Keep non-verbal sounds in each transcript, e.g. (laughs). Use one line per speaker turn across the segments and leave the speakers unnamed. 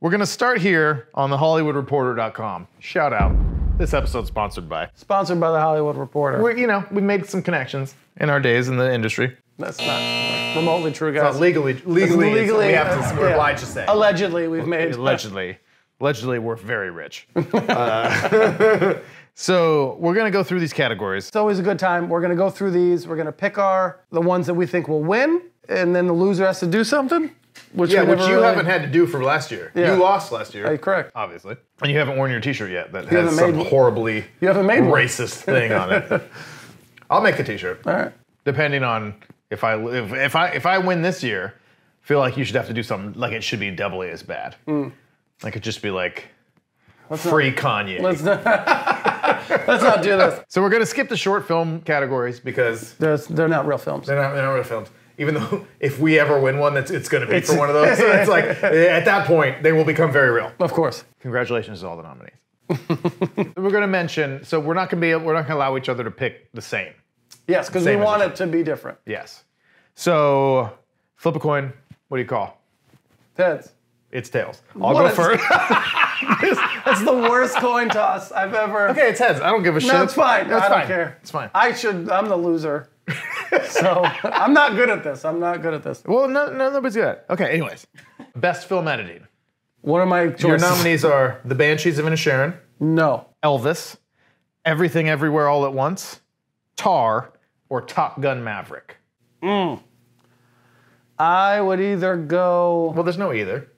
We're going to start here on the HollywoodReporter.com. Shout out. This episode's sponsored by.
Sponsored by the Hollywood Reporter.
We're, you know, we made some connections in our days in the industry.
That's not like, remotely true, guys.
Not Uh, legally, legally, it's-
legally,
we have to,
uh,
we're
yeah.
obliged to say.
Allegedly, we've made.
allegedly allegedly we're very rich (laughs) Uh, (laughs) so we're going to go through these categories
It's always a good time. We're gonna go through these. We're gonna pick our the ones that we think will win, and then the loser has to do something. Which
yeah
we
which
never
you
really-
haven't had to do for last year
Yeah.
you lost last year
Hey, correct.
obviously and you haven't worn your t-shirt yet that has
haven't
some
made-
horribly
You haven't made one.
racist thing on (laughs) it i'll make the t-shirt
All right.
depending on if i if, if i if i win this year I feel like you should have to do something like it should be doubly as bad like it just be like free kanye
Hmm. Let's not, let's not do this.
so we're going to skip the short film categories because
There's, they're not real films.
They're not, they're not real films. Even though if we ever win one, that's it's going to be
It's-
for one of those. So it's
(laughs)
like eh, at that point they will become very real.
Of course.
Congratulations to all the nominees. (laughs) we're going to mention. So we're not going to be. We're not going to allow each other to pick the same.
Yes, because we
Same as
want
the-
it to be different.
Yes. So flip a coin. What do you call?
Heads.
It's tails. I'll
What
go
is-
first.
That's the worst coin toss I've ever.
(laughs) okay, it's heads. I don't give a shit.
No, it's fine.
No, it's
I don't
fine.
care.
It's fine.
I should. I'm the loser. so I'm not good at this. I'm not good at this.
well, no, no, nobody's good. Okay. Anyways, best film editing.
What are my choices?
Your nominees are The Banshees of Inisherin.
No.
Elvis, Everything Everywhere All at Once, Tar, or Top Gun Maverick?
I would either go.
Well, there's no either.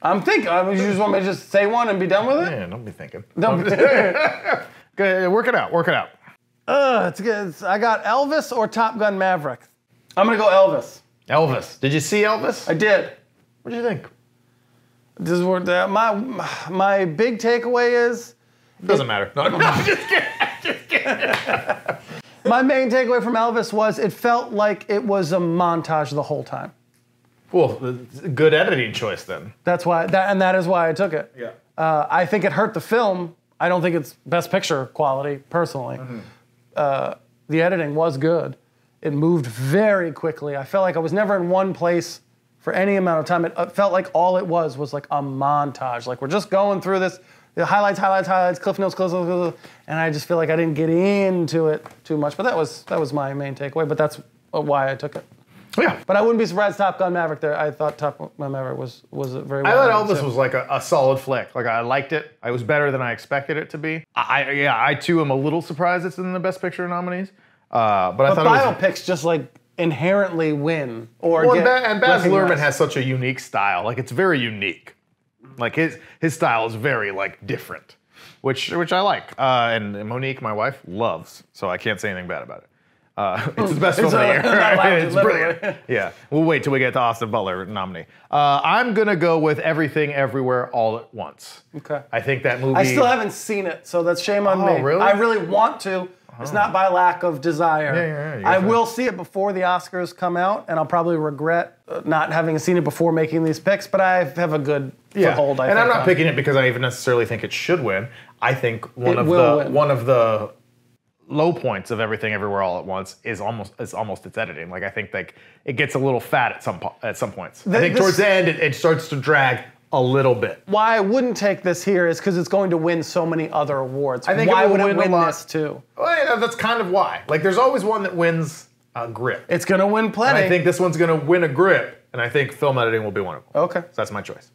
I'm thinking. I mean, you just want me to just say one and be done with it?
Yeah, don't be thinking.
(laughs) Don't-
Go ahead, work it out. Work it out.
Ugh, Uh, it's good. It's- I got Elvis or Top Gun Maverick. I'm gonna go Elvis.
Elvis. Did you see Elvis?
I did.
What do you think?
This is where the, my my big takeaway is.
Doesn't matter. No, I'm just kidding.
My main takeaway from Elvis was it felt like it was a montage the whole time.
Well, it's a good editing choice then.
That's why that and that is why I took it.
Yeah.
Uh, I think it hurt the film. I don't think it's best picture quality personally.
Mm-hmm.
Uh, the editing was good. It moved very quickly. I felt like I was never in one place for any amount of time. It uh, felt like all it was was like a montage. Like we're just going through this, the highlights, highlights, highlights, cliff notes, cliff notes, cliff notes, and I just feel like I didn't get into it too much. But that was that was my main takeaway. But that's uh, why I took it.
Yeah.
But I wouldn't be surprised. Top Gun Maverick. There, I thought Top Gun Maverick was was a very.
I
Well
thought Elvis was like a, a solid flick. Like I liked it. It was better than I expected it to be. I, I yeah, I too am a little surprised it's in the Best Picture nominees. Uh, but I
But
thought it was
biopics just like inherently win or
Well,
get
and, ba- and Baz Luhrmann
recognized.
has such a unique style. Like it's very unique. Like his his style is very like different, which which I like. Uh, and Monique, my wife, loves. So I can't say anything bad about it. Uh, (laughs) it's the best film of the
a-
year.
not
(laughs)
allowed to,
it's
literally.
brilliant. Yeah, we'll wait till we get to Austin Butler nominee. Uh, I'm gonna go with Everything, Everywhere, All at Once.
Okay.
I think that movie.
I still haven't seen it, so that's shame on
Oh,
me.
really? Oh.
I really want to. It's not by lack of desire.
Yeah, yeah, yeah, you
I
gotta-
will see it before the Oscars come out, and I'll probably regret uh, not having seen it before making these picks. But I have a good foothold. I
and I'm
think,
not
on-
picking it because I even necessarily think it should win. I think one
It
of
will
the
win.
one of the low points of everything everywhere all at once is almost is almost its editing. Like I think like it gets a little fat at some po- at some points. I
Th-
think
this-
towards the end it, it starts to drag a little bit.
Why I wouldn't take this here is because it's going to win so many other awards.
think it
Why
will
would
win
it
a
win
lot.
this too?
Well, yeah, that's kind of why. Like there's always one that wins a grip.
It's going to win
and
plenty.
I think this one's going to win a grip, and I think film editing will be one of them.
Okay.
So that's my choice.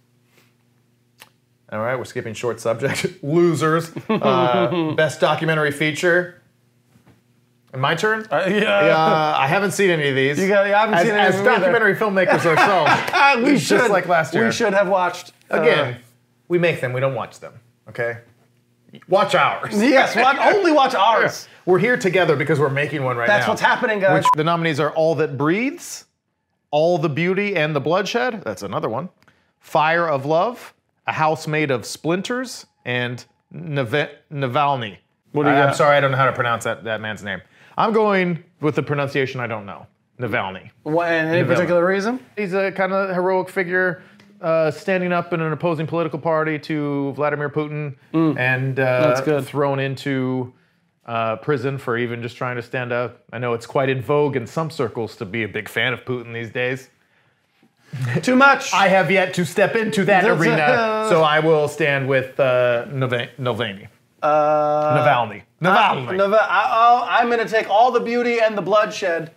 All right, we're skipping short subject. (laughs) Losers.
(laughs)
Uh, best documentary feature. And my turn? Uh, I haven't seen any of these.
You got- I haven't
as,
seen any
As
of them either.
documentary filmmakers
(laughs)
ourselves,
Ah, we
It's
should
just like last year.
We should have watched uh,
again, we make them, we don't watch them, okay? Watch ours.
(laughs) yes, watch, only watch ours.
We're here together because we're making one right
That's
now.
what's happening, guys.
Which the nominees are All That Breathes, All the Beauty and the Bloodshed. That's another one. Fire of Love, A House Made of Splinters, and Nave- Navalny. What
do you
I, am
got?
sorry, I don't know how to pronounce that, that man's name. I'm going with the pronunciation I don't know Navalny.
Why- and any particular reason?
He's a kind of heroic figure. Uh, standing up in an opposing political party to Vladimir Putin and uh,
Mm. That's good.
thrown into uh, prison for even just trying to stand up. I know it's quite in vogue in some circles to be a big fan of Putin these days.
Too much.
I have yet to step into that
That's
arena,
a-
so I will stand with uh, Nava- Navalny.
uh,
Navalny. Navalny.
Nova- I, am going to take all the beauty and the bloodshed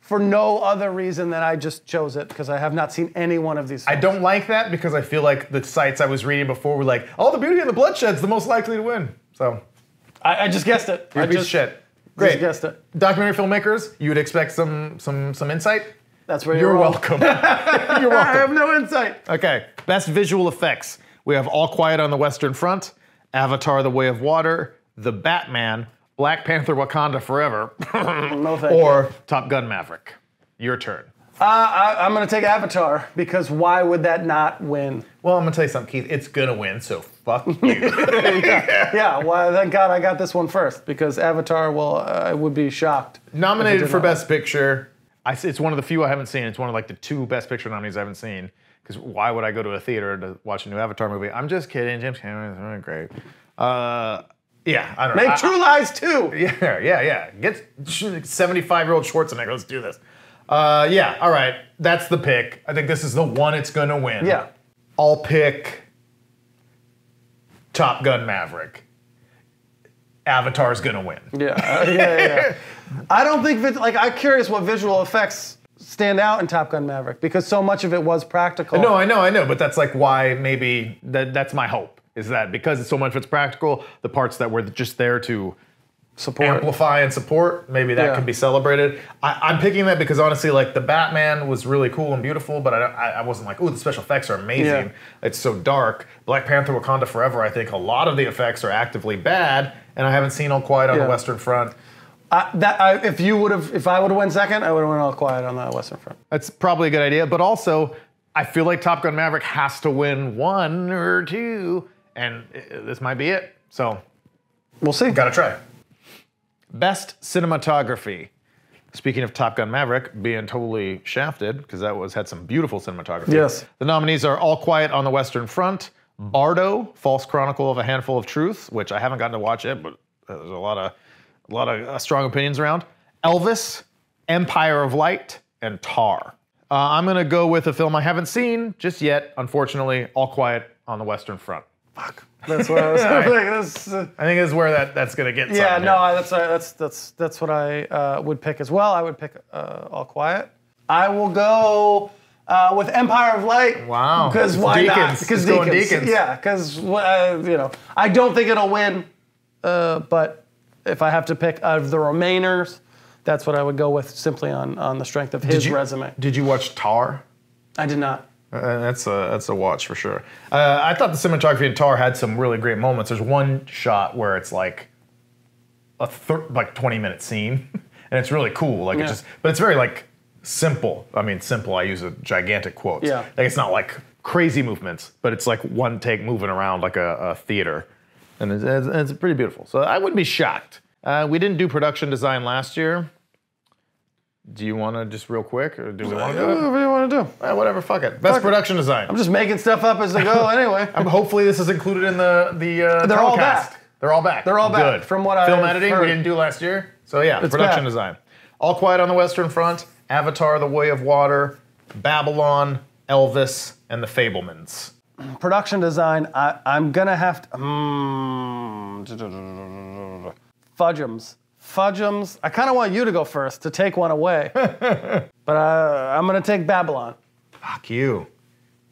for no other reason than I just chose it because I have not seen any one of these.
I don't like that because I feel like the sites I was reading before were like, all the beauty and the bloodshed's the most likely to win. So,
I, I just guessed it.
you're
I
a piece
just,
of shit.
just
Great.
guessed it.
Documentary filmmakers, you would expect some some some insight.
That's where
You're
wrong.
welcome. you're
I
welcome. (laughs)
have no insight.
Okay, best visual effects. We have All Quiet on the Western Front, Avatar: The Way of Water, The Batman, Black Panther: Wakanda Forever,
No thank you.
or Top Gun: Maverick. Your turn.
Uh, I, I'm going to take Avatar because why would that not win?
Well, I'm gonna tell you something, Keith. It's gonna win, so fuck you. (laughs)
Yeah, well, thank God I got this one first because Avatar, well, I would be shocked. If it
Nominated
did
for
not.
Best Picture. I, s- it's one of the few I haven't seen. It's one of like the two Best Picture nominees I haven't seen. Because why would I go to a theater to watch a new Avatar movie? I'm just kidding. James Cameron is really great. Uh, yeah, I don't know.
Make
I-
True Lies too.
(laughs) Yeah, yeah, yeah. Get 75 year old Schwarzenegger. Let's do this. Uh, yeah, all right. That's the pick. I think this is the one it's going to win.
Yeah.
I'll pick Top Gun Maverick. Avatar's going to win.
Yeah, uh, yeah, yeah, yeah. (laughs) I don't think vis- like I'm curious what visual effects stand out in Top Gun Maverick because so much of it was practical.
Uh, No, I know, I know, but that's like why maybe that, that's my hope is that because it's so much of it's practical, the parts that were just there to
support.
amplify and support. Maybe that
Yeah.
can be celebrated. I, I'm picking that because honestly, like the Batman was really cool and beautiful, but I, don't- I, I wasn't like, oh, the special effects are amazing.
Yeah.
It's so dark. Black Panther: Wakanda Forever. I think a lot of the effects are actively bad, and I haven't seen All Quiet on
Yeah.
the Western Front.
I, that I, if you would have, if I would have won second, I would have went all quiet on the Western Front.
That's probably a good idea, but also I feel like Top Gun Maverick has to win one or two, and uh, this might be it. So
We'll see.
Gotta try. Best cinematography. Speaking of Top Gun Maverick being totally shafted, because that was had some beautiful cinematography.
Yes.
The nominees are All Quiet on the Western Front, Bardo, False Chronicle of a Handful of Truth, which I haven't gotten to watch yet, but uh, there's a lot of a lot of uh, strong opinions around. Elvis, Empire of Light, and Tar. Uh, I'm gonna go with a film I haven't seen just yet, unfortunately. All Quiet on the Western Front.
Fuck. That's what I (laughs) was
Sorry.
thinking. That's, uh,
I think this is where that, that's gonna get.
yeah,
something
no,
here.
I, that's all right. that's that's that's what I uh, would pick as well. I would pick uh, All Quiet. I will go uh, with Empire of Light.
Wow.
Because
It's
why not?
Deacons.
Because
It's going Deacons.
Yeah, because uh, you know, I don't think it'll win. Uh, but if I have to pick out of the remainers, that's what I would go with simply on on the strength of his
Did you-
resume.
Did you watch Tar?
I did not.
Uh, that's a that's a watch for sure. Uh, I thought the cinematography in Tar had some really great moments. There's one shot where it's like a thir- like 20 minute scene, (laughs) and it's really cool. Like
Yeah.
it's just, but it's very like simple. I mean, simple. I use a gigantic quote.
Yeah.
Like it's not like crazy movements, but it's like one take moving around like a, a theater, and it's, it's, it's pretty beautiful. So I wouldn't be shocked. Uh, we didn't do production design last year. Do you want to just real quick, or do we want to do it?
Whatever you want to do.
Eh, whatever, fuck it. Best
Fuck it.
production design.
I'm just making stuff up as I go (laughs) anyway.
Um, hopefully, this is included in the the. Uh,
They're all
telecast.
back.
They're all back.
They're all back,
Good.
from what
film
I've
editing
heard.
we didn't do last year. So yeah,
It's
production
back.
design. All Quiet on the Western Front, Avatar: The Way of Water, Babylon, Elvis, and The Fablemans.
production design, I, I'm gonna have to. Mm, fudgems. Fudgems. I kind of want you to go first to take
(laughs)
one away. but I, I'm gonna take Babylon.
Fuck you.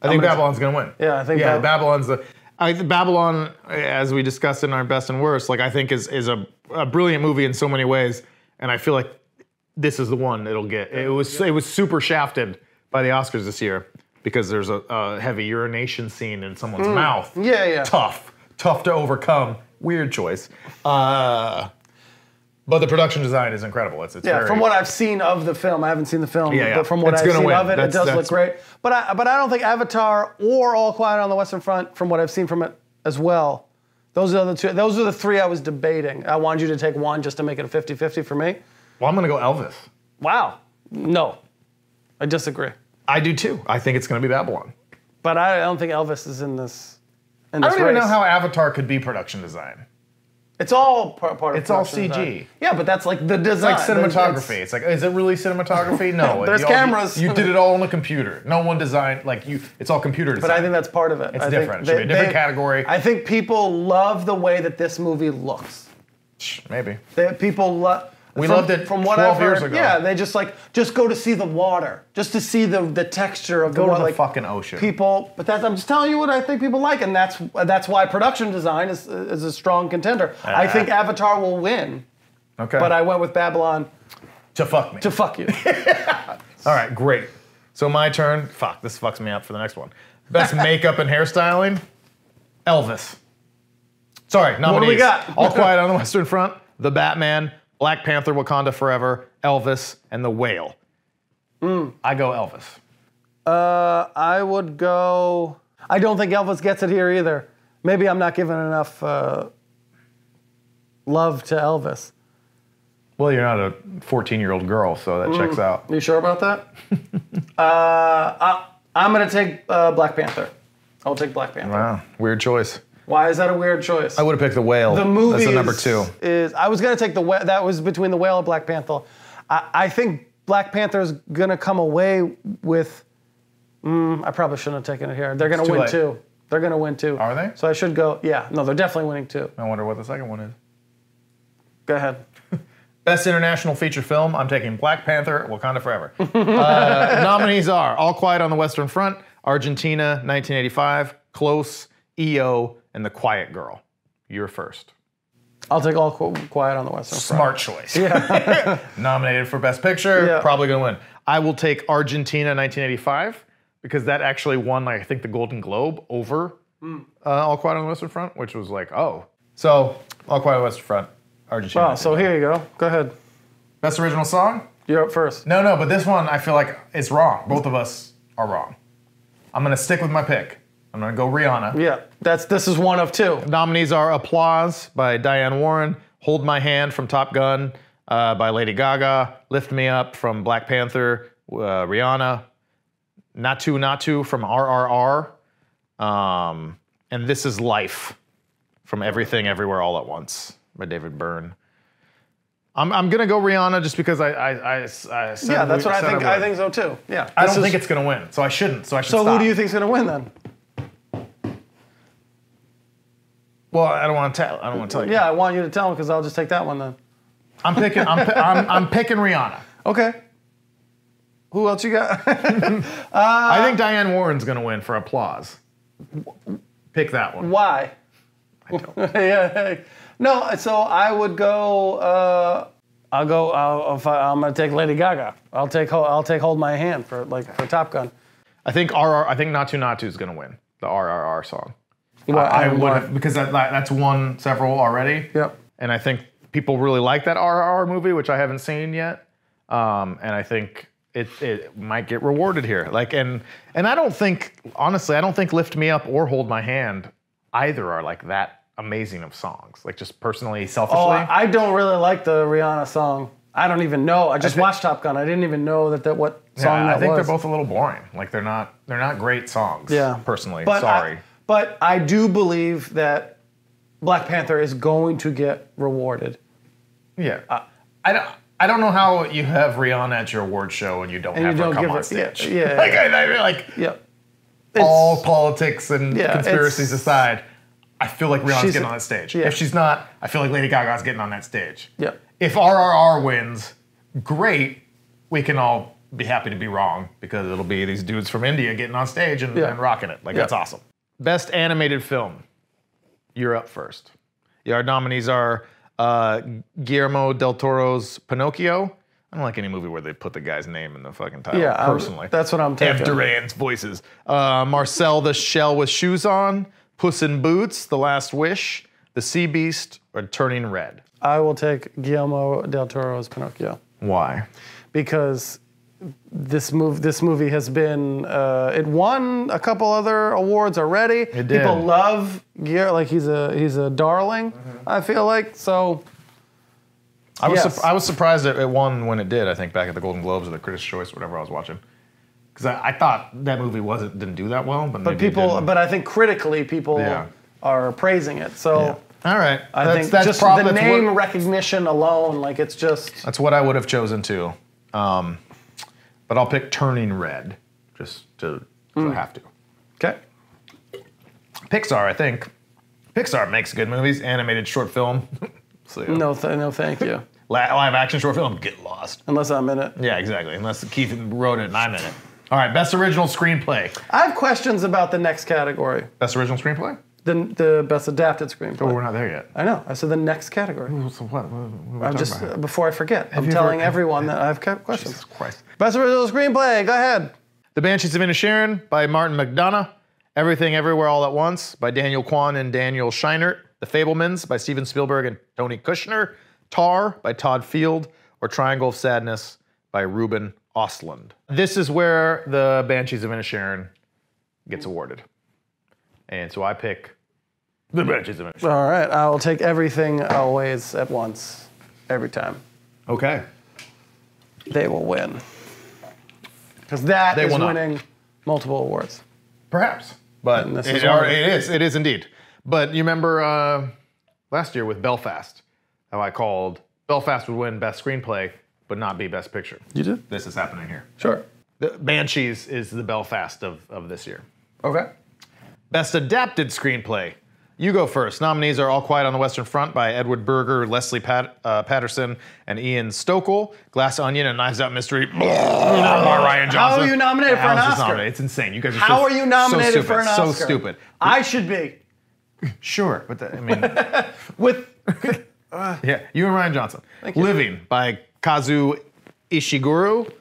I think
gonna-
Babylon's gonna win.
Yeah, I think
yeah.
Bab-
Babylon's the. I, think Babylon, as we discussed in our best and worst, like I think is is a, a brilliant movie in so many ways, and I feel like this is the one it'll get. It was it was super shafted by the Oscars this year because there's a, a heavy urination scene in someone's mouth.
Hmm. Yeah, yeah.
Tough, tough to overcome. Weird choice. Uh, but the production design is incredible. It's it's
Yeah,
very,
from what I've seen of the film, I haven't seen the film,
Yeah, yeah.
but from what
It's
I've
gonna
seen
win.
of it,
That's-
it does
that's-
look great. But I, but I don't think Avatar or All Quiet on the Western Front, from what I've seen from it as well, those are the two. Those are the three I was debating. I wanted you to take one just to make it a 50-50 for me.
well, I'm gonna go Elvis.
Wow. No, I disagree.
I do too. I think it's gonna be Babylon.
But I don't think Elvis is in this. In
I
this
don't even
race.
know how Avatar could be production design.
It's all par- part of
It's all CG.
production design. Yeah, but that's like the design.
like cinematography. It's, like, is it really
(laughs)
cinematography? No.
There's
You all-
cameras.
You did it all on a computer. No one designed like you. It's all computer design.
But I think that's part of it. It's
different. It should be a different category.
I think people love the way that this movie looks.
maybe.
That people love.
We loved it 12 years ago.
Yeah, they just like just go to see the water, just to see the the texture of the
Go to
water.
the
like,
fucking ocean.
People, but that's I'm just telling you what I think people like, and that's that's why production design is is a strong contender. I think Avatar will win,
okay.
but I went with Babylon
to fuck me.
to fuck you. (laughs)
all right, great. So my turn. Fuck, this fucks me up for the next one.
(laughs)
Best makeup and hairstyling. Elvis. Sorry, nominees.
do we got? (laughs)
All Quiet on the Western Front, The Batman, Black Panther, Wakanda Forever, Elvis, and The Whale.
Mm.
I go Elvis.
Uh, I would go. I don't think Elvis gets it here either. Maybe I'm not giving enough uh, love to Elvis.
Well, you're not a 14 year old girl, so that checks out.
You sure about that? (laughs) uh, I, I'm gonna take uh, Black Panther. I'll take Black Panther.
Wow, weird choice.
Why is that a weird choice?
I would have picked The Whale
the movie
as the number
is-
two.
is I was gonna take the whale. That was between the whale and Black Panther. I, I think Black Panther is gonna come away with. Mm, I probably shouldn't have taken it here. They're gonna
too
win
late.
two. They're gonna win two.
Are they?
So I should go. Yeah. No, they're definitely winning two.
I wonder what the second one is.
Go ahead.
Best international feature film, I'm taking Black Panther, Wakanda Forever. (laughs) Uh, nominees are All Quiet on the Western Front, Argentina, 1985, Close, EO, and The Quiet Girl. You're first.
I'll take all Qu- quiet on the Western
Smart
Front.
choice. (laughs) Nominated for Best Picture,
Yeah.
probably gonna win. I will take Argentina 1985 because that actually won, like, I think the Golden Globe over
Hmm.
uh, All Quiet on the Western Front, which was like, oh. So, All Quiet on the Western Front, Argentina.
Oh, so here you go. Go ahead.
Best original song?
You're up first.
No, no, but this one I feel like it's wrong. Both of us are wrong. I'm gonna stick with my pick. I'm gonna go Rihanna.
Yeah. That's this is one of two.
Nominees are Applause by Diane Warren, Hold My Hand from Top Gun uh, by Lady Gaga, Lift Me Up from Black Panther, uh, Rihanna, Natu Natu from RRR, um, and This Is Life from Everything Everywhere All at Once by David Byrne. I'm, I'm gonna go Rihanna just because I I, I, I said
Yeah, that's
we-
what I
said
think.
would.
I think so too. Yeah.
I don't think it's gonna win, so I shouldn't. So I should.
So
stop.
who do you think's gonna win then?
Well, I don't want to tell. I don't want to tell you.
Yeah, I want you to tell him because I'll just take that one then.
I'm picking. I'm, pi- I'm, I'm picking Rihanna.
Okay. Who else you got?
I think Diane Warren's gonna win for applause. Pick that one.
Why? (laughs) yeah. No. So I would go. Uh, I'll go. I'll, if I, I'm gonna take Lady Gaga. I'll take. Ho- I'll take Hold My Hand for like for Top Gun.
I think RR. I think Natu Natu's gonna win the RRR song.
Well,
I, would have because that, that, that's won several already.
Yep.
And I think people really like that RRR movie, which I haven't seen yet. Um, and I think it it might get rewarded here. Like and and I don't think honestly, I don't think Lift Me Up or Hold My Hand either are like that amazing of songs. Like just personally, selfishly.
Oh, I I don't really like the Rihanna song. I don't even know. I just
thi-
watched Top Gun. I didn't even know that, that what
Yeah,
song that
I think
was.
they're both a little boring. Like they're not they're not great songs.
yeah.
Personally,
But
sorry.
I, but I do believe that Black Panther is going to get rewarded.
yeah. I don't. I don't know how you have Rihanna at your award show and you don't have
you
her
don't
come
give
on
her- yeah,
stage.
yeah,
(laughs) like, I, I, like
Yeah.
all politics and
Yeah,
conspiracies
it's-
aside, I feel like Rihanna's
She's-
getting on that stage.
yeah.
If she's not, I feel like Lady Gaga's getting on that stage.
Yeah.
If RRR wins, great. We can all be happy to be wrong because it'll be these dudes from India getting on stage and,
Yeah.
and rocking it. Like
Yeah.
that's awesome. Best animated film. You're up first. Our nominees are uh, Guillermo del Toro's Pinocchio. I don't like any movie where they put the guy's name in the fucking title.
Yeah, I'm-
personally,
that's what I'm
F.
taking.
Duran's voices. Uh, Marcel the Shell with Shoes On, Puss in Boots, The Last Wish, The Sea Beast, or Turning Red.
I will take Guillermo del Toro's Pinocchio
Why?
because this move this movie has been uh, it won a couple other awards already. It
did.
People love Guillermo like he's a he's a darling.
Mm-hmm.
I feel like so.
I was
Yes.
surp- I was surprised it, it won when it did. I think back at the Golden Globes or the Critics' Choice, whatever I was watching, because I, I thought that movie wasn't didn't do that well, but
But people,
did.
but I think critically, people
Yeah.
are praising it. So
Yeah. All right.
I
that's,
think
that's
just
prob-
the
that's
name
What,
recognition alone, like it's just
that's what I would have chosen too. Um, but I'll pick Turning Red just to 'cause
Hmm.
I have to.
okay.
Pixar, I think. Pixar makes good movies. Animated short film. (laughs) so, yeah.
No, th- no,
(laughs)
thank you.
Li- live action short film. Get lost.
Unless I'm in it.
Yeah, exactly. Unless Keith wrote it and I'm in it. All right. Best original screenplay.
I have questions about the next category,
Best original screenplay.
the the best adapted
Oh,
screenplay.
we're not there yet.
I know. I said the next category.
So what? What, what are we
I'm
talking
just
about?
uh, before I forget. I'm
you
telling
ever-
everyone that I've got questions.
Jesus Christ.
Best original screenplay. Go ahead.
The Banshees of Inisherin by Martin McDonough. Everything Everywhere All at Once by Daniel Kwan and Daniel Scheinert. The Fablemans by Steven Spielberg and Tony Kushner. Tar by Todd Field. Or Triangle of Sadness by Ruben Ostlund. This is where the Banshees of Inisherin gets awarded. And so I pick the Banshees of Inisherin.
All right. I will take everything always at once, every time.
Okay.
They will win because that
They
is
will not.
winning multiple awards.
Perhaps. But
And this
it,
is one of
or
the-
it is. It is indeed. But you remember uh, last year with Belfast, how I called Belfast would win Best Screenplay, but not be Best Picture.
You did.
This is happening here.
Sure.
The Banshees is the Belfast of, of this year.
Okay.
Best Adapted Screenplay. You go first. Nominees are All Quiet on the Western Front by Edward Berger, Leslie Pat, uh, Patterson, and Ian Stokel. Glass Onion and Knives Out Mystery by Ryan Johnson.
are you nominated for an
How's this
Oscar?
nominated? It's insane. You guys are
How
so,
are you nominated
so stupid,
for an Oscar?
So stupid.
I should be
Sure, but that, I mean, (laughs)
with
yeah, you and Ryan Johnson.
you.
Living by Kazu Ishiguro.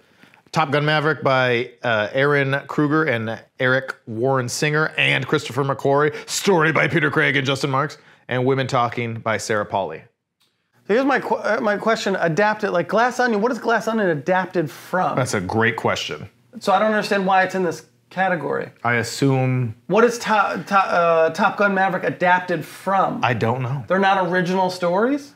Top Gun Maverick by uh, Aaron Kruger and Eric Warren Singer and Christopher McQuarrie. Story by Peter Craig and Justin Marks. And Women Talking by Sarah Pauli.
Here's my qu- uh, my question: Adapted, like glass onion. What is glass onion adapted from?
That's a great question.
So I don't understand why it's in this category.
I assume
What is Top Top, uh, Top Gun Maverick adapted from?
I don't know.
They're not original stories.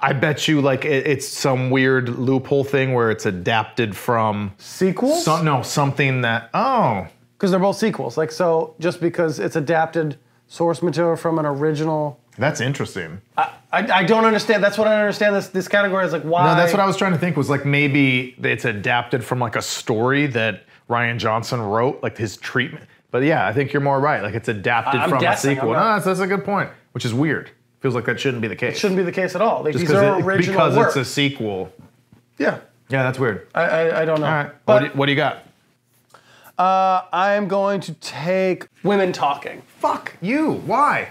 I bet you like it, it's some weird loophole thing where it's adapted from
Sequels?
some, no something that oh
Because they're both sequels. Like so, just because it's adapted source material from an original,
that's interesting.
I, I don't understand. That's what I don't understand. This this category is like why.
No, that's what I was trying to think was like maybe it's adapted from like a story that Ryan Johnson wrote, like his treatment. But yeah, I think you're more right. Like it's adapted
I'm
from
guessing,
a
I'm
sequel. No,
not-
that's, that's a good point, which is weird. Feels like that shouldn't be the case.
shouldn't be the case at all. Like,
Just
these are
it-
original
because
work.
it's a sequel.
yeah,
Yeah, that's weird.
I, I, I don't know.
All right,
But
what, do you, what do you got?
I'm going to take women talking
Fuck you. Why?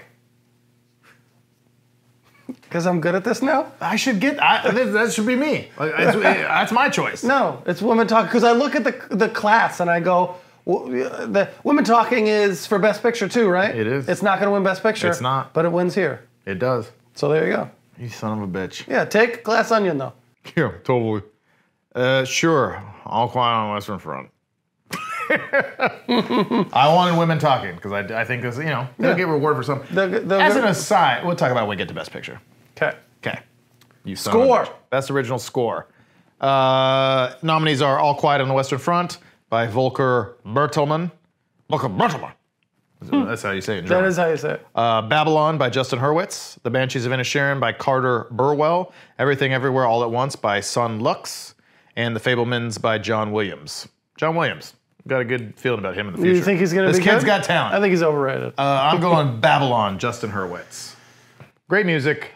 because I'm good at this now.
I should get. I, that, that should be me. Like, it's- that's (laughs) my choice.
No, it's women talking. Because I look at the the class and I go, well, uh, the women talking is for best picture too, right?
It is.
It's not going to win best picture.
It's not.
But it wins here.
It does.
So there you go.
You son of a bitch.
Yeah, take glass onion though.
Yeah, totally. Uh, sure. All quiet on the Western Front. (laughs) I wanted women talking because I, I think this, you know, they'll
Yeah.
get reward for something.
They'll get- they'll
As
get-
an aside, we'll talk about when we get to Best Picture.
Okay.
Okay. You son of a
Score.
bitch. Best original score. Uh, nominees are All Quiet on the Western Front by Volker Bertelmann. Volker Bertelmann. That's how you say it in German.
Hmm. That is how you say it.
Uh, Babylon by Justin Hurwitz, The Banshees of Inisherin by Carter Burwell, Everything Everywhere All at Once by Sun Lux, and The Fablemans by John Williams. John Williams. Got a good feeling about him in the future.
you think he's going to
This
be
kid's
good?
got talent.
I think he's overrated.
Uh, I'm going Babylon, Justin Hurwitz. Great music.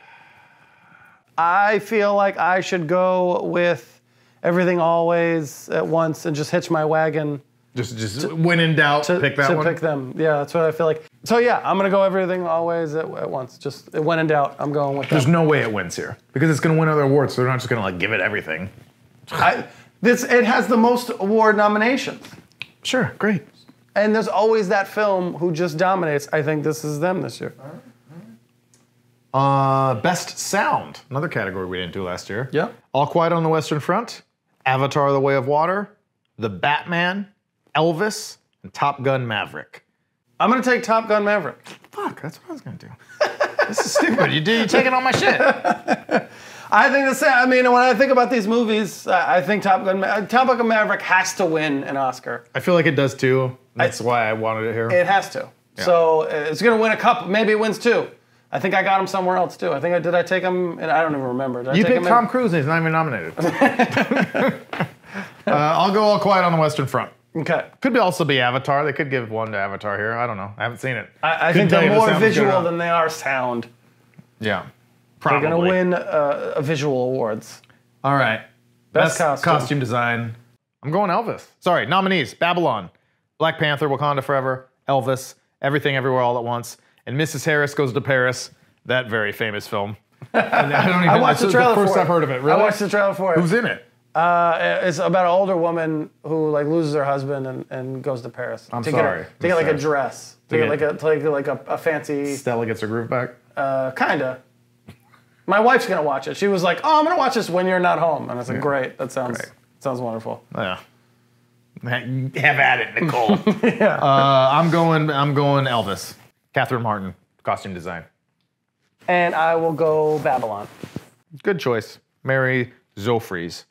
I feel like I should go with everything always at once and just hitch my wagon
Just, just when in doubt,
to
pick that
to
one.
pick them. Yeah, that's what I feel like. So yeah, I'm going to go everything always at, at once. Just when in doubt, I'm going with that.
There's no way it wins here because it's going to win other awards, so they're not just going to like give it everything.
I, this it has the most award nominations,
Sure, great.
and there's always that film who just dominates. I think this is them this year.
Uh, best sound, another category we didn't do last year.
Yeah.
All Quiet on the Western Front, Avatar: The Way of Water, The Batman, Elvis, and Top Gun: Maverick.
I'm gonna take Top Gun Maverick.
Fuck, that's what I was gonna do. (laughs) this is stupid. You did. You're taking all my
(laughs)
shit.
I think that's it. I mean, when I think about these movies, I I think Top Gun Ma- Top Gun Maverick has to win an Oscar.
I feel like it does too. That's why I wanted it here.
It has to. So uh, it's gonna win a couple. Maybe it wins two. I think I got him somewhere else too. I think I did. I take him, and I don't even remember. Did I
You
take
picked
him in-
Tom Cruise and he's not even nominated. uh,
(laughs)
(laughs) I'll go all quiet on the Western Front.
Okay.
Could be also be Avatar. They could give one to Avatar here. I don't know. I haven't seen it.
I, I
Couldn't
think
tell you if it
they're more
sounds good or
visual
not.
than they are sound.
yeah,
They're
probably
gonna win uh, a visual awards.
All right,
Best costume.
design. I'm going Elvis. Sorry, nominees: Babylon, Black Panther, Wakanda Forever, Elvis, Everything Everywhere All at Once, and Mrs. Harris Goes to Paris. That very famous (laughs) film. And I don't even.
I
this
watched the
is
trailer
first
for it.
I've heard of it. Really?
I watched the trailer for it.
Who's in it?
Uh, it's about an older woman who like loses her husband and, and goes to Paris. I'm to
sorry.
Get a, to get
I'm
like a
sorry.
dress. To get
get-
like a to like, like a, a fancy
Stella gets her groove back.
uh, kinda. My wife's gonna watch it. She was like, "Oh, I'm gonna watch this when you're not home," and I was like, "Great, that sounds
Great.
sounds wonderful."
Yeah. Have at it, (laughs) Nicole. Uh, I'm going. I'm going Elvis. Catherine Martin, costume design.
And I will go Babylon.
Good choice. Mary Zofries.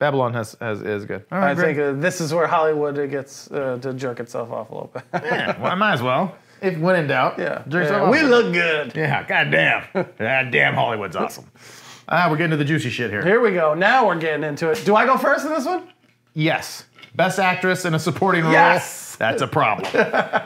Babylon has, has is good. All right,
I think uh, this is where Hollywood uh, gets uh, to jerk itself off a little bit. (laughs)
yeah, well, I might as well. If when in doubt,
yeah,
drink
Yeah.
some
we
Elvis.
look good.
Yeah, goddamn, goddamn, Hollywood's awesome. Ah, we're getting to the juicy shit here.
Here we go. Now we're getting into it. Do I go first in this one?
Yes, best actress in a supporting role.
Yes!
that's a
(laughs)
problem.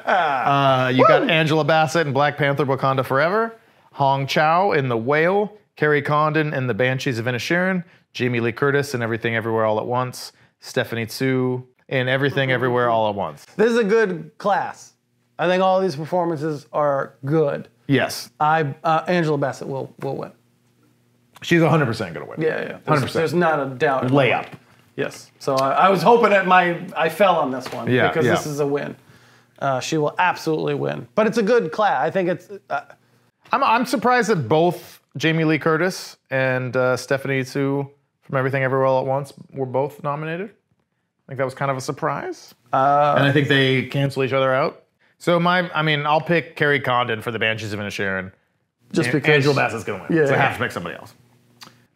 uh, you got Angela Bassett in Black Panther: Wakanda Forever, Hong Chow in The Whale, Carrie Condon in The Banshees of Inisherin, Jamie Lee Curtis in Everything Everywhere All at Once, Stephanie Tsu in Everything Everywhere All at Once.
This is a good class. I think all these performances are good.
Yes,
I uh, Angela Bassett will will win.
she's 100% gonna win.
Yeah, yeah. There's,
100%.
there's not a doubt. in my
Layup.
mind. Yes. So I, I was hoping that my I fell on this one
Yeah,
because
yeah.
this is a win. Uh, she will absolutely win. But it's a good class. I think it's. Uh,
I'm, I'm surprised that both Jamie Lee Curtis and uh, Stephanie Tsu from Everything Everywhere All at Once were both nominated. I think that was kind of a surprise. Uh, and I think they cancel each other out. So my, I mean, I'll pick Carrie Condon for the Banshees of Inisherin.
just because
Angela Bassett's gonna win,
Yeah,
so I
yeah.
have to pick somebody else.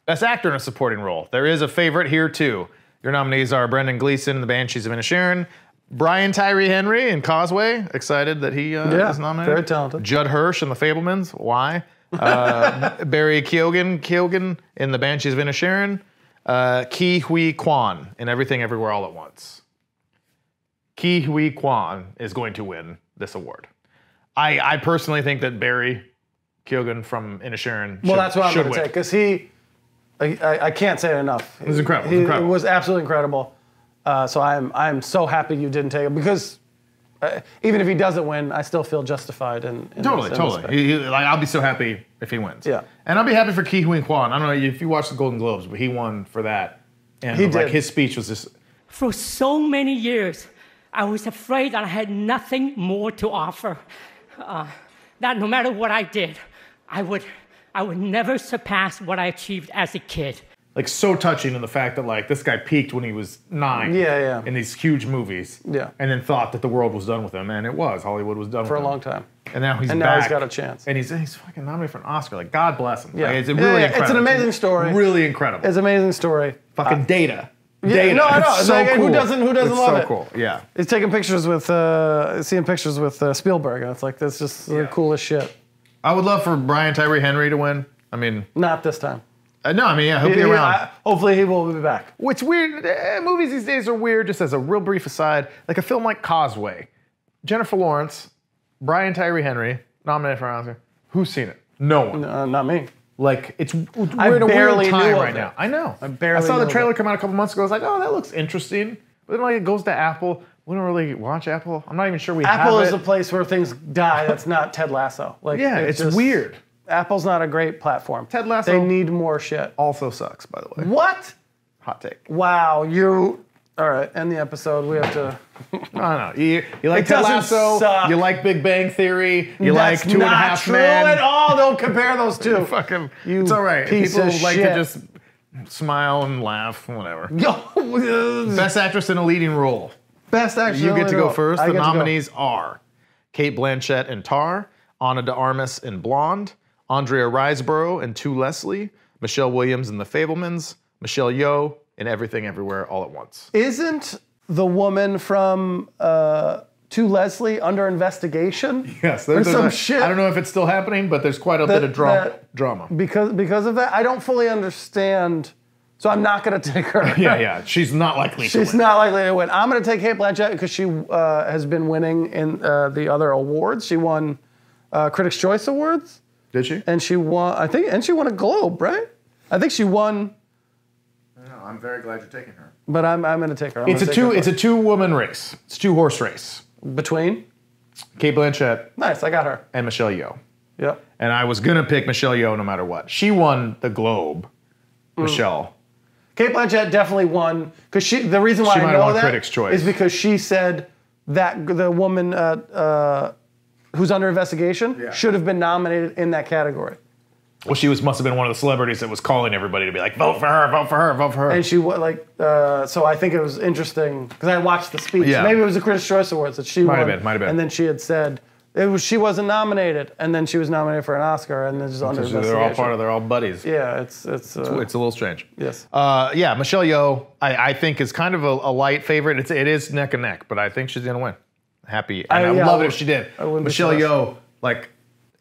Best actor in a supporting role. There is a favorite here too. Your nominees are Brendan Gleeson in The Banshees of Inisherin, Brian Tyree Henry in Causeway. Excited that he uh,
Yeah,
is nominated.
very talented.
Judd Hirsch in The Fablemans. Why? Uh, (laughs) Barry Keoghan Keoghan in The Banshees of Inisherin. Uh, Ki Hui Kwan in Everything Everywhere All at Once. Ki Hui Kwan is going to win this award. I, I personally think that Barry Keoghan from Inisherin.
Well, that's what I'm
should
going to
win.
take because he, I, I, I can't say it enough. It was
incredible,
He,
incredible.
It was absolutely incredible. Uh, so I'm I'm so happy you didn't take him because uh, even if he doesn't win, I still feel justified in, in
Totally,
this- in this pick.
totally. He, he- like, I'll be so happy if he wins.
Yeah.
and I'll be happy for Ki Huy Kwan. I don't know if you watched the Golden Globes, but he won for that. And
He
like
did.
his speech was just
For so many years, I was afraid I had nothing more to offer. Uh, that no matter what I did, I would, I would never surpass what I achieved as a kid.
like so touching in the fact that like this guy peaked when he was nine.
Yeah, yeah.
In these huge movies.
Yeah.
And then thought that the world was done with him, and it was. Hollywood was done
for a
with him.
long time.
And now he's
And now
back.
he's got a chance.
And he's he's fucking nominated for an Oscar. Like God bless him.
Yeah.
Like, it's a
Yeah,
really
yeah, it's an
incredible.
amazing story.
Really incredible.
It's an amazing story.
fucking data.
Yeah,
Data.
no, I know.
It's
It's
so
like, who
cool.
doesn't- who doesn't
It's so
love it?
cool. Yeah.
He's taking pictures with, uh, seeing pictures with uh, Spielberg, and it's like that's just the coolest shit.
I would love for Brian Tyree Henry to win. I mean,
Not this time.
uh, no, I mean, yeah, he'll be
He- he-
around.
I- hopefully, he will be back.
What's weird, eh, movies these days are weird, just as a real brief aside. Like a film like Causeway, Jennifer Lawrence, Brian Tyree Henry, nominated for an Oscar. Who's seen it? No one.
Uh, not me.
Like, it's we're in
I
a weird
barely knew
time
of
right
it.
now. I know. I
barely
I saw
knew
the
of
trailer
it.
come out a couple months ago. I was like, oh, that looks interesting. But then, like, it goes to Apple. We don't really watch Apple. I'm not even sure we
Apple
have
is
it.
the place where things die. That's not Ted Lasso. Like
yeah,
it
it's
just-
weird.
Apple's not a great platform.
Ted Lasso-
They need more shit.
Also sucks, by the way.
What?
Hot take.
Wow, you. All right, end the episode. We have (laughs) to.
I don't know. You, you like
It
Ted
doesn't
Lasso.
suck.
You like Big Bang Theory. You
That's
like Two and a
not
Half
true
Men.
at all. Don't compare those
(laughs)
two.
Fucking,
You
it's all right.
piece
People
of
like
shit.
to just smile and laugh, whatever.
Yo,
Best actress in a leading role.
(laughs) best action.
You get to go
overall.
first.
I
The
get to go.
nominees are Kate Blanchett in Tar, Anna de Armas in Blonde, Andrea Riseborough in Two Leslie, Michelle Williams in The Fablemans, Michelle Yeoh in Everything Everywhere All at Once.
Isn't the woman from uh, to Leslie under investigation.
Yes,
or
there- there's
some
a-
shit.
I don't know if it's still happening, but there's quite a
That-
bit of drama.
that-
drama.
because because of that, I don't fully understand. So I'm not gonna
(laughs)
take her.
Yeah, yeah. She's not likely to
She's
win.
not likely to win. I'm going to take Kate Blanchett because she uh, has been winning in uh, the other awards. She won uh, Critics' Choice Awards,
Did she?
and she won. I think, and she won a Globe, right? I think she won.
No, I'm very glad you're taking her.
But I'm, I'm going to take her. I'm
It's a
gonna take
two.
her
It's a two-woman race. It's a two-horse race.
between.
Kate Blanchett
Nice, I got her.
and Michelle Yeoh.
Yep.
And I was gonna pick Michelle Yeoh no matter what. She won the Globe.
Mm.
Michelle.
Kate Blanchett definitely won because she. The reason why
She
I
might have
know
won
that
Critics' Choice.
is because she said that the woman uh, uh, who's under investigation
Yeah.
should have been nominated in that category,
Well, she was must have been one of the celebrities that was calling everybody to be like, vote for her, vote for her, vote for her.
and she was like. Uh, so I think it was interesting because I watched the speech.
Yeah.
Maybe it was the Critics' Choice Awards that she
Might have
won.
been, might have been.
And then she had said it was she wasn't nominated, and then she was nominated for an Oscar, and then just under
So
investigation.
they're all part of. They're all buddies.
yeah, it's it's. Uh,
It's a little strange.
Yes.
Uh, yeah, Michelle Yeoh, I, I think is kind of a, a light favorite. It's it is neck and neck, but I think she's gonna win. Happy, and
I- uh,
I,
yeah,
love
I
it if she did.
I wouldn't be
Michelle
surprised.
Yeoh, like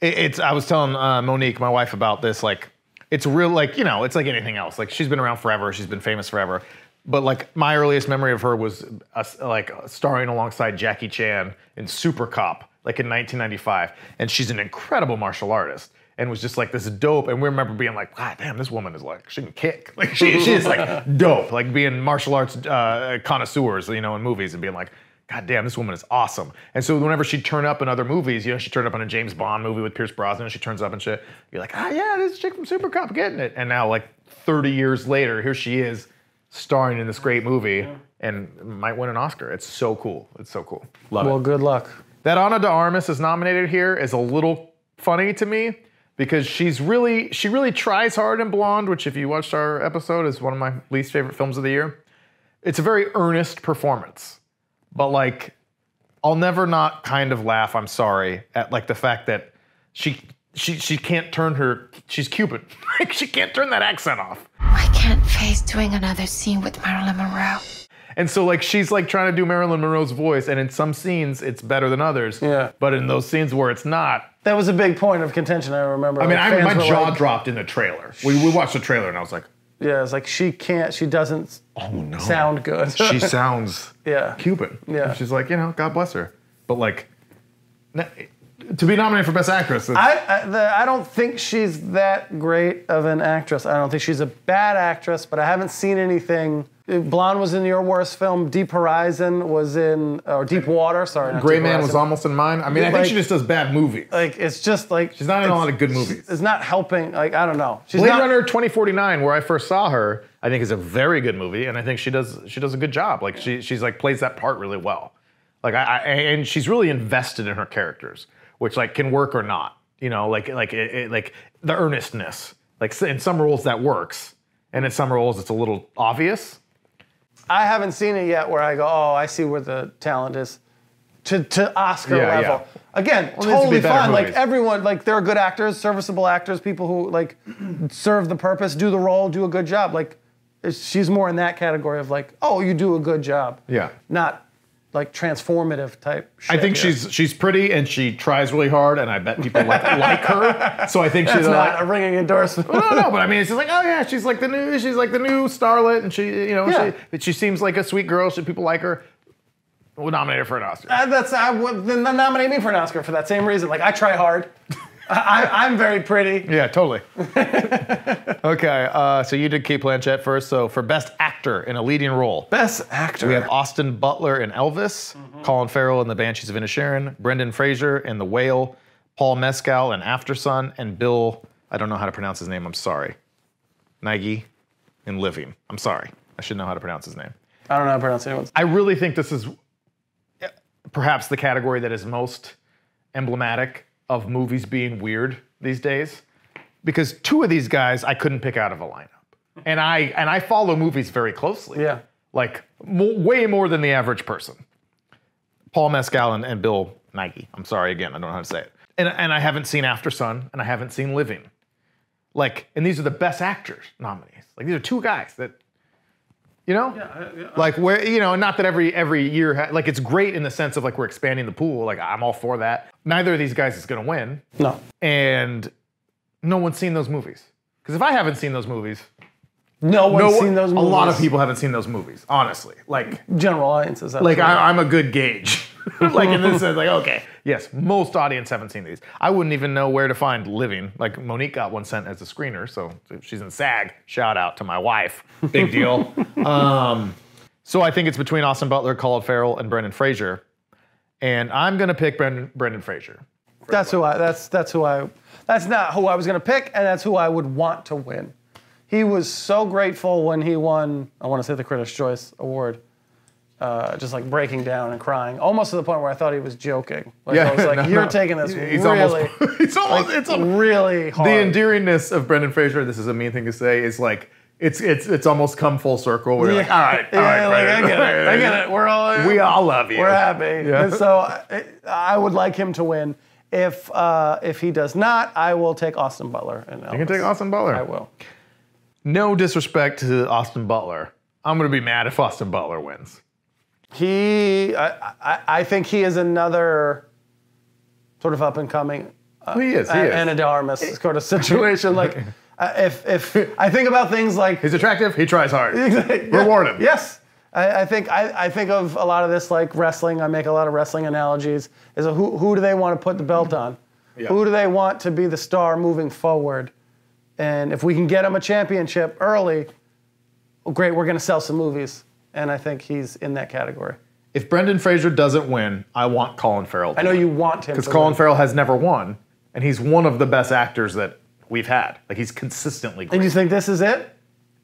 it, it's. I was telling uh, Monique, my wife, about this. Like it's real. Like you know, it's like anything else. Like she's been around forever. She's been famous forever. But like my earliest memory of her was uh, like starring alongside Jackie Chan in Super Cop, like in 1995, and she's an incredible martial artist and was just like this dope. And we remember being like, God damn, this woman is like, she can kick. (laughs) Like she, she's like dope. Like being martial arts uh, connoisseurs, you know, in movies and being like, God damn, this woman is awesome. And so whenever she'd turn up in other movies, you know, she turned up in a James Bond movie with Pierce Brosnan, she turns up and shit. You're like, ah, yeah, this chick from Super Cop getting it. And now like 30 years later, here she is starring in this great movie and might win an Oscar. It's so cool. It's so cool. Love it.
well, good luck.
That Ana de Armas is nominated here is a little funny to me because she's really she really tries hard in Blonde, which if you watched our episode is one of my least favorite films of the year. It's a very earnest performance. But like I'll never not kind of laugh, I'm sorry, at like the fact that she she she can't turn her she's Cuban. (laughs) Like she can't turn that accent off.
I can't face doing another scene with Marilyn Monroe.
And so like she's like trying to do Marilyn Monroe's voice and in some scenes it's better than others.
Yeah.
But in those scenes where it's not,
That was a big point of contention. I remember.
I mean, I, my jaw
Like,
dropped in the trailer. We, we watched the trailer and I was like,
yeah, it's like she can't. She doesn't
oh no.
sound good.
she sounds
(laughs) yeah.
Cuban.
Yeah.
And she's like, you know, God bless her. But like, n- to be nominated for Best Actress, it's-
I, I, the, I don't think she's that great of an actress. I don't think she's a bad actress, but I haven't seen anything. Blonde was in your worst film. Deep Horizon was in, or Deep Water. Sorry, not
Gray
Deep
Man
Horizon.
was almost in mine. I mean, I think
Like-
she just does bad movies.
Like it's just like
She's not in a lot of good movies.
It's not helping. Like I don't know. She's
Blade
not.
Runner 2049, where I first saw her, I think is a very good movie, and I think she does she does a good job. Like she she's like plays that part really well. Like I, I and she's really invested in her characters, which like can work or not. You know, like like it, it- like the earnestness. Like s- in some roles that works, and in some roles it's a little obvious.
I haven't seen it yet. Where I go, oh, I see where the talent is. To, to Oscar
Yeah,
level.
yeah.
Again,
needs to
totally
be better
fine. Like
movies.
everyone, like there are good actors, serviceable actors, people who like (clears throat) serve the purpose, do the role, do a good job. Like it's- she's more in that category of like, oh, you do a good job.
Yeah.
Not like transformative type. Shit.
I think
Yeah.
she's she's pretty and she tries really hard, and I bet people like like her. So I think she's
It's
like,
not a ringing
(laughs)
endorsement.
No, no, but I mean, it's just like, oh yeah, she's like the new, she's like the new starlet, and she, you know,
Yeah.
she, but she seems like a sweet girl. Should people like her? We'll nominate her for an Oscar.
Uh, that's I would then nominate me for an Oscar for that same reason. Like I try hard. I, I, I'm very pretty.
yeah, totally. (laughs) okay, uh, so you did Kate Blanchett first. So for best actor in a leading role,
Best actor.
we have Austin Butler in Elvis, Colin Farrell in The Banshees of Inisherin, Brendan Fraser in The Whale, Paul Mescal in After Sun, and Bill. I don't know how to pronounce his name. I'm sorry. Nige in Living. I'm sorry. I should know how to pronounce his name.
I don't know how to pronounce anyone's.
I really think this is uh, perhaps the category that is most emblematic of movies being weird these days because two of these guys I couldn't pick out of a lineup. And I and I follow movies very closely.
Yeah.
Like mo- way more than the average person. Paul Mescal and, and Bill Nike. I'm sorry again, I don't know how to say it. And and I haven't seen After Sun and I haven't seen Living. Like and these are the best actors nominees. Like these are two guys that You know, like where you know, not that every every year ha- like it's great in the sense of like we're expanding the pool. Like I'm all for that. Neither of these guys is gonna win,
No.
and no one's seen those movies. Because if I haven't seen those movies,
No one's
no,
seen those
a
movies.
lot of people haven't seen those movies. Honestly, like
General audiences. that's
like
right.
I, I'm a good gauge. (laughs) like in
(laughs)
this sense, like okay, yes, most audience haven't seen these. I wouldn't even know where to find Living. Like Monique got one sent as a screener, so she's in SAG. Shout out to my wife, big (laughs) deal. um, so I think it's between Austin Butler, Colin Farrell, and Brendan Fraser, and I'm gonna pick Brendan Brendan Fraser.
That's who I. That's that's who I. That's not who I was gonna pick, and that's who I would want to win. He was so grateful when he won. I want to say the Critics' Choice Award. Uh, just like breaking down and crying, almost to the point where I thought he was joking. Like, I was
(laughs)
like,
no,
"You're
no.
taking
(laughs)
this
He's
really,
almost. It's almost.
like,
it's almost
really hard."
the endearingness of Brendan Fraser. This is a mean thing to say. Is like it's it's it's almost come full circle. We're like,
Yeah.
all right, all
yeah,
right,
like,
Brendan.
I get it. I get it. We're all
We all love you.
We're happy.
Yeah.
And so I, I would like him to win. If uh, if he does not, I will take Austin Butler. And
You can take Austin Butler.
I will.
No disrespect to Austin Butler. I'm gonna be mad if Austin Butler wins.
He, I, I, I think he is another sort of up and coming
he is. He is. (laughs)
anadarmus sort of (laughs) situation. like, uh, if if I think about things like (laughs)
He's attractive. He tries hard.
Yeah.
Reward him.
Yes. I, I think I, I think of a lot of this like wrestling. I make a lot of wrestling analogies. Is a, who who do they want to put the belt on? Who do they want to be the star moving forward? And if we can get him a championship early, well, great. We're going to sell some movies, and I think he's in that category.
If Brendan Fraser doesn't win, I want Colin Farrell.
I know you want him
because
to
Colin
win.
Farrell has never won, and he's one of the best actors that we've had. Like he's consistently
And
great.
you think this is it?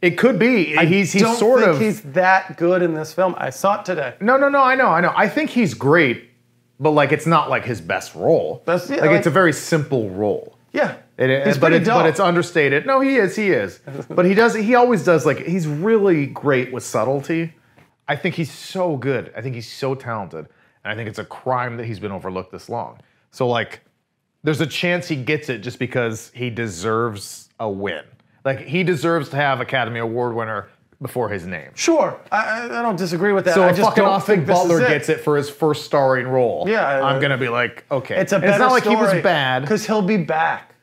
It could be. he's he's
Don't
sort
think
of.
he's that good in this film. I saw it today.
No, no, no. I know, I know. I think he's great, but like it's not like his best role.
That's- yeah,
like, it's
like-
a very simple role.
Yeah,
It is,
he's
but
pretty
it's but
dull.
it's understated. No, he is, he is. But he does. He always does. Like he's really great with subtlety. I think he's so good. I think he's so talented, and I think it's a crime that he's been overlooked this long. So like, there's a chance he gets it just because he deserves a win. Like he deserves to have Academy Award winner before his name.
sure. I, I I don't disagree with that.
So
I
if
just
fucking
don't
Austin
think this is
Butler
it.
gets it for his first starring role,
Yeah, I-
I'm gonna be like, okay.
It's a
And
better
It's not like he was bad.
because he'll be back.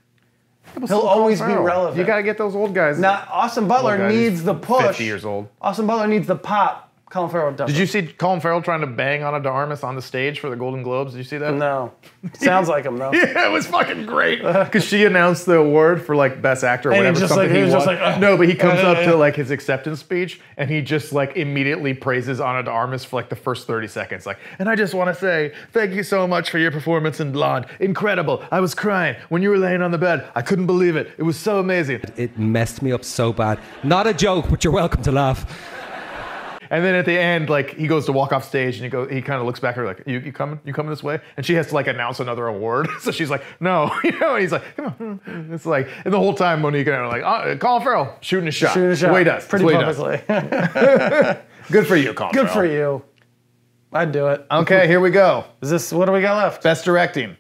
People
he'll
still call
always be
Farrell.
relevant.
You gotta get those old guys.
Now Austin Butler
Old guy, he's
needs the push.
50 years old.
Austin Butler needs the pop. Colin Farrell doesn't.
Did you see Colin Farrell trying to bang on a Darmus on the stage for the Golden Globes? Did you see that?
(laughs) No. Sounds like him
(laughs)
though.
Yeah, it was fucking great.
(laughs)
Because she announced the award for like best actor or
And he
whatever.
just,
something
like- he
he
was just
won.
like, uh, "Ugh."
no, but he comes
Yeah,
up
yeah,
to
yeah.
like his acceptance speech and he just like immediately praises Ana de Armas for like the first 30 seconds. Like, and I just want to say thank you so much for your performance in Blonde. Incredible. I was crying when you were laying on the bed. I couldn't believe it. It was so amazing.
It messed me up so bad. Not a joke, but you're welcome to laugh.
And then at the end, like he goes to walk off stage and he go, he kind of looks back at her like, you, you coming? You coming this way? And she has to like announce another award. (laughs) so she's like, no, (laughs) you know. And he's like, come on. (laughs) It's like, and the whole time Monique and I are like, uh, Colin Farrell shooting a shot.
Shoot a shot.
Way does.
Pretty
Way does.
publicly. (laughs)
Good for you, Colin.
Good
Farrell.
for you. I'd do it.
Okay, here we go.
Is this what do we got left?
Best directing.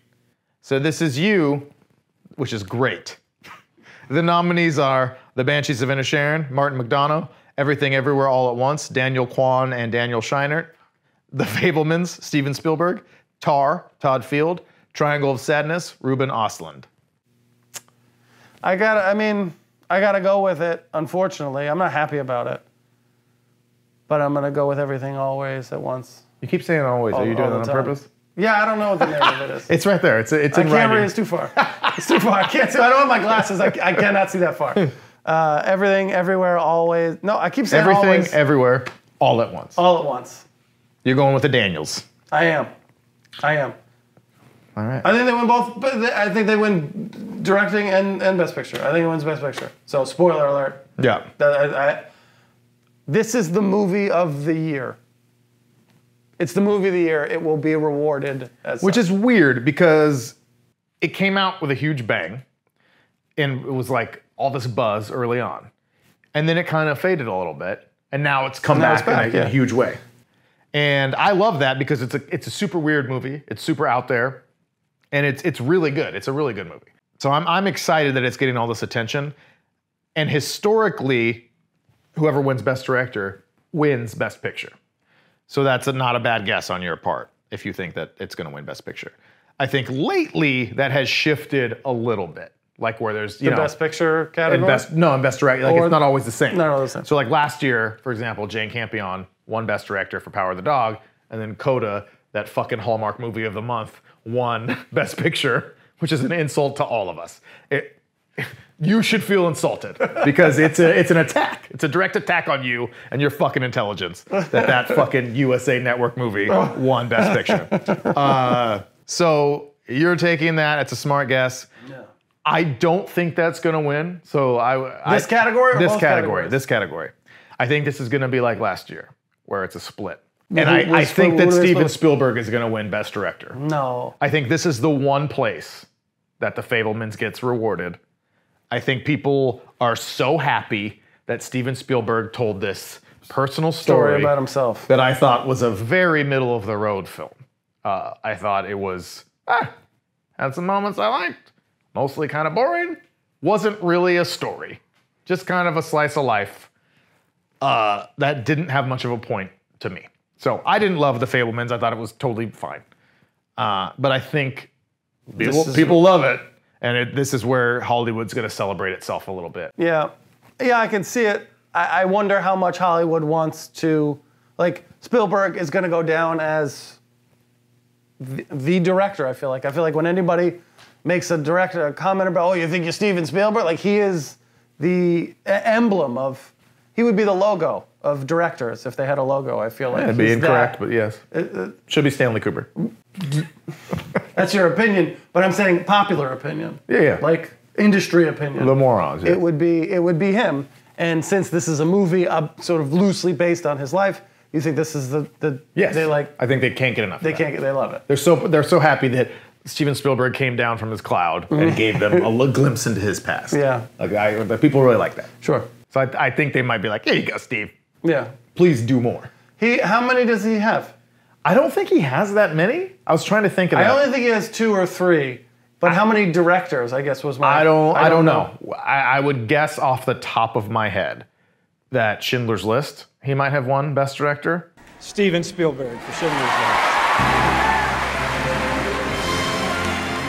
So this is you, which is great. the nominees are The Banshees of Inisherin, Martin McDonough, Everything Everywhere All at Once, Daniel Kwan and Daniel Scheinert, The Fablemans, Steven Spielberg, Tar, Todd Field, Triangle of Sadness, Ruben Ostlund.
I got to I mean, I got to go with it unfortunately. I'm not happy about it. But I'm going to go with everything always at once.
You keep saying always. Are you doing
all
that on
the time.
purpose?
Yeah, I don't know what the name of it is.
(laughs) It's right there. It's it's
I
in
can't
writing.
read. It's too far. It's too far. I can't. See, I don't have my glasses. I, I cannot see that far. Uh, everything, everywhere, always. No, I keep saying
Everything,
always.
everywhere, all at once.
all at once.
You're going with the Daniels.
I am. I am.
All right.
I think they win both. But they, I think they win directing and, and best picture. I think it wins best picture. So spoiler alert.
Yeah.
That- I- I- this is the movie of the year. It's the movie of the year. It will be rewarded as
Which
such.
is weird because it came out with a huge bang and it was like all this buzz early on. And then it kind of faded a little bit. And now it's come
Now
back,
it's back,
in, a, in a
yeah.
huge way. And I love that because it's a it's a super weird movie. It's super out there. And it's it's really good. It's a really good movie. So I'm I'm excited that it's getting all this attention. And historically, whoever wins best director wins Best Picture. So that's a, not a bad guess on your part if you think that it's going to win Best Picture. I think lately that has shifted a little bit, like where there's you
the
know
best picture
and
category.
best no and best director like
Or-
it's not always the same.
Not always the same.
So like last year, for example, Jane Campion won Best Director for Power of the Dog, and then Coda, that fucking Hallmark movie of the month, won (laughs) Best Picture, which is an insult to all of us. It, (laughs) you should feel insulted because it's a it's an attack. It's a direct attack on you and your fucking intelligence that that fucking USA Network movie
Oh.
won Best Picture.
(laughs)
Uh, so you're taking that. It's a smart guess. I don't think that's going to win. So I
This
I-
category or
this
both
category,
categories?
this category. I think this is going to be like last year, where it's a split. And
who-
I, I
who's-
think
who-
that
who is-
Steven Spielberg is going to win Best Director.
no.
I think this is the one place that the Fablemans gets rewarded. I think people are so happy that Steven Spielberg told this personal story,
Story about himself.
that I thought was a very middle of the road film. Uh, I thought it was ah, had some moments I liked, mostly kind of boring. Wasn't really a story, just kind of a slice of life uh, that didn't have much of a point to me. So I didn't love the Fablemans. I thought it was totally fine, uh, but I think people,
is-
people love it, and it, this is where Hollywood's going to celebrate itself a little bit.
Yeah. Yeah, I can see it. I, I wonder how much Hollywood wants to, like, Spielberg is going to go down as the, the director, I feel like. I feel like when anybody makes a director a comment about, oh, you think you're Steven Spielberg? Like, he is the e- emblem of, he would be the logo of directors if they had a logo, I feel like. He's that.
but yes, should be Stanley Cooper.
That's your opinion, but I'm saying popular opinion.
Yeah, yeah.
Like, industry opinion.
The morons.
it would be it would be him. And since this is a movie uh, sort of loosely based on his life, you think this is the the
Yes.
they like
I think they can't get enough.
they can't get they love it.
They're so they're so happy that Steven Spielberg came down from his cloud and gave them a little glimpse into his past.
Mm-hmm. Yeah.
Like I, the people really like that.
Sure.
So I, I think they might be like, here you go, Steve.
Yeah.
Please do more.
He how many does he have?
I don't think he has that many. I was trying to think of
I
that.
only think he has two or three. But how many directors? I guess was my.
I don't. I don't, know. I, I would guess off the top of my head that Schindler's List. He might have won Best Director.
Steven Spielberg for Schindler's List.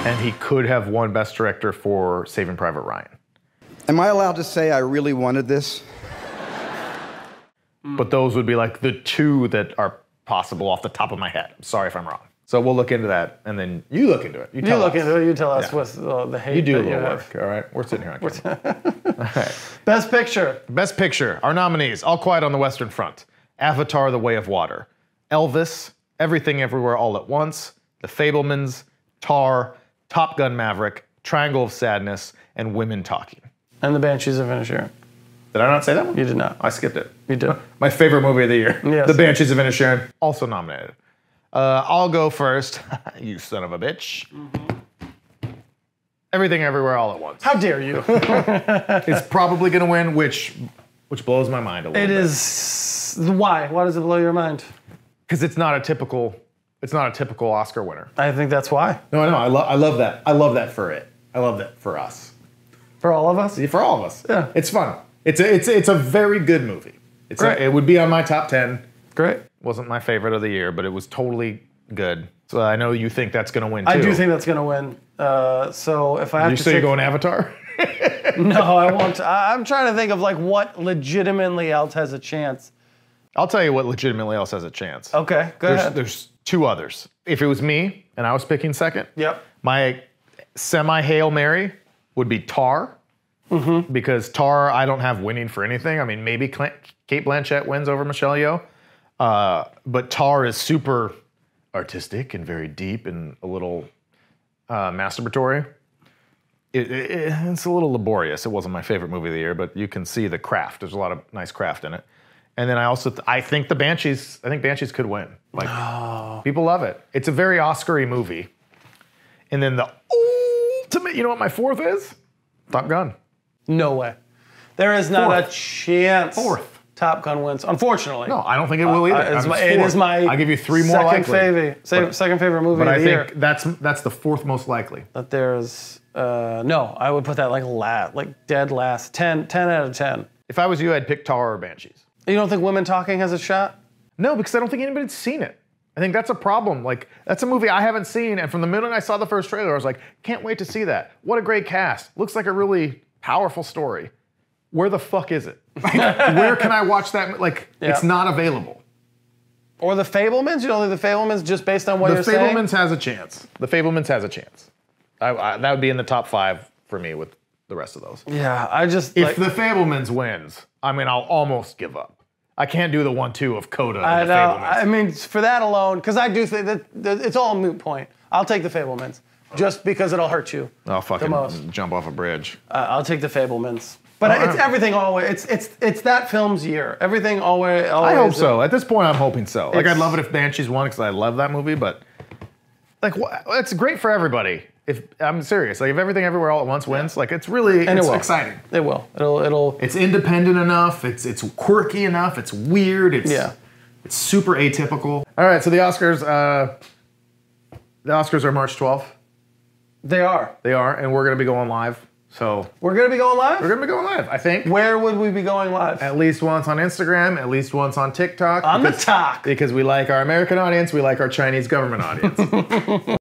and he could have won Best Director for Saving Private Ryan.
Am I allowed to say I really wanted this?
But those would be like the two that are possible off the top of my head. I'm sorry if I'm wrong. So we'll look into that, and then you look into it. You,
You
tell
look
us.
into it. You tell us
Yeah.
what's uh, the hate.
You do a
that
little
have.
work, all right? We're sitting here on
(laughs)
camera.
Best picture.
Best Picture, our nominees All Quiet on the Western Front, Avatar The Way of Water, Elvis, Everything Everywhere All at Once, The Fablemans, Tar, Top Gun Maverick, Triangle of Sadness, and Women Talking.
And the Banshees of Inisherin.
Did I not say that one?
You did not.
I skipped it. (laughs)
You did.
My favorite movie of the year.
Yes.
The Banshees of Inisherin. Also nominated. Uh, I'll go first. (laughs) you son of a bitch. Mm-hmm. Everything Everywhere All at Once.
How dare
(laughs)
you?
It's probably going to win, which which blows my mind a little
it
bit.
is why? Why does it blow your mind?
Because it's not a typical it's not a typical Oscar winner.
I think that's why.
No, I know. I, lo- I love that. I love that for it. I love that for us.
For all of us.
For all of us.
Yeah.
It's fun. It's a, it's, it's a very good movie. It's a-
Great.
it would be on my top 10.
Great.
Wasn't my favorite of the year, but it was totally good. So I know you think that's going to win too.
I do think that's going to win. Uh, so if I have
You
to
say you're
pick-
going Avatar?
(laughs) no, I won't. I, I'm trying to think of like what legitimately else has a chance.
(laughs) I'll tell you what legitimately else has a chance.
Okay, go
There's,
ahead.
there's two others. If it was me and I was picking second,
Yep.
my semi Hail Mary would be Tar. Because Tar, I don't have winning for anything. I mean, maybe Cl- Kate Blanchett wins over Michelle Yeoh, uh, but Tar is super artistic and very deep and a little uh, masturbatory. It, it- it- it's a little laborious. It wasn't my favorite movie of the year, but you can see the craft. There's a lot of nice craft in it. And then I also th- I think the Banshees. I think Banshees could win. Like people love it. It's a very Oscar-y movie. And then the ultimate. You know what my fourth is? Top Gun.
No way. There is not a
Fourth.
chance.
Fourth.
Top Gun wins, unfortunately.
No, I don't think it will either.
Uh, it's
I'm
my,
just
it
fourth.
is my.
I'll give you three more
second
likely.
favorite, sa-
But-
second favorite movie
But
of
I
the
think
year.
that's that's the fourth most likely.
That there's uh, no. I would put that like lat, like dead last. 10, 10 out of ten.
If I was you, I'd pick Tar or Banshees.
You don't think women talking has a shot?
No, because I don't think anybody's seen it. I think that's a problem. Like, that's a movie I haven't seen. And from the minute I saw the first trailer, I was like, can't wait to see that. What a great cast. Looks like a really powerful story. Where the fuck is it? (laughs) Like, where can I watch that? mo- Like, it's
Yeah.
not available.
Or the Fablemans? You don't think the Fablemans just based on what
The
you're
Fablemans
saying?
has a chance. The Fablemans has a chance. I, I, that would be in the top five for me with the rest of those.
Yeah, I just
If
like,
the Fablemans wins, I mean, I'll almost give up. I can't do the one-two of Coda and
I
the
know.
Fablemans.
I mean, for that alone, because I do think that, that it's all a moot point. I'll take the Fablemans just because it'll hurt you.
I'll
most.
fucking jump off a bridge.
Uh, I'll take the Fablemans. But it's everything always. It's it's it's that film's year. Everything always. always
I hope so. At this point, I'm hoping so. Like, I'd
It's-
love it if Banshees won because I love that movie, but like, wha- it's great for everybody. If I'm serious, like, if everything everywhere all at once wins, like, it's really
And
it's
it will.
exciting.
It will. It'll it'll.
It's independent enough. It's it's quirky enough. It's weird. It's
Yeah.
it's super atypical. All right, so the Oscars. Uh, the Oscars are March 12th.
They are.
They are, and we're gonna be going live. So
We're gonna be going live.
we're gonna be going live. I think
Where would we be going live?
at least once on Instagram, at least once on TikTok.
On the
because-
talk.
because we like our American audience, we like our Chinese government audience.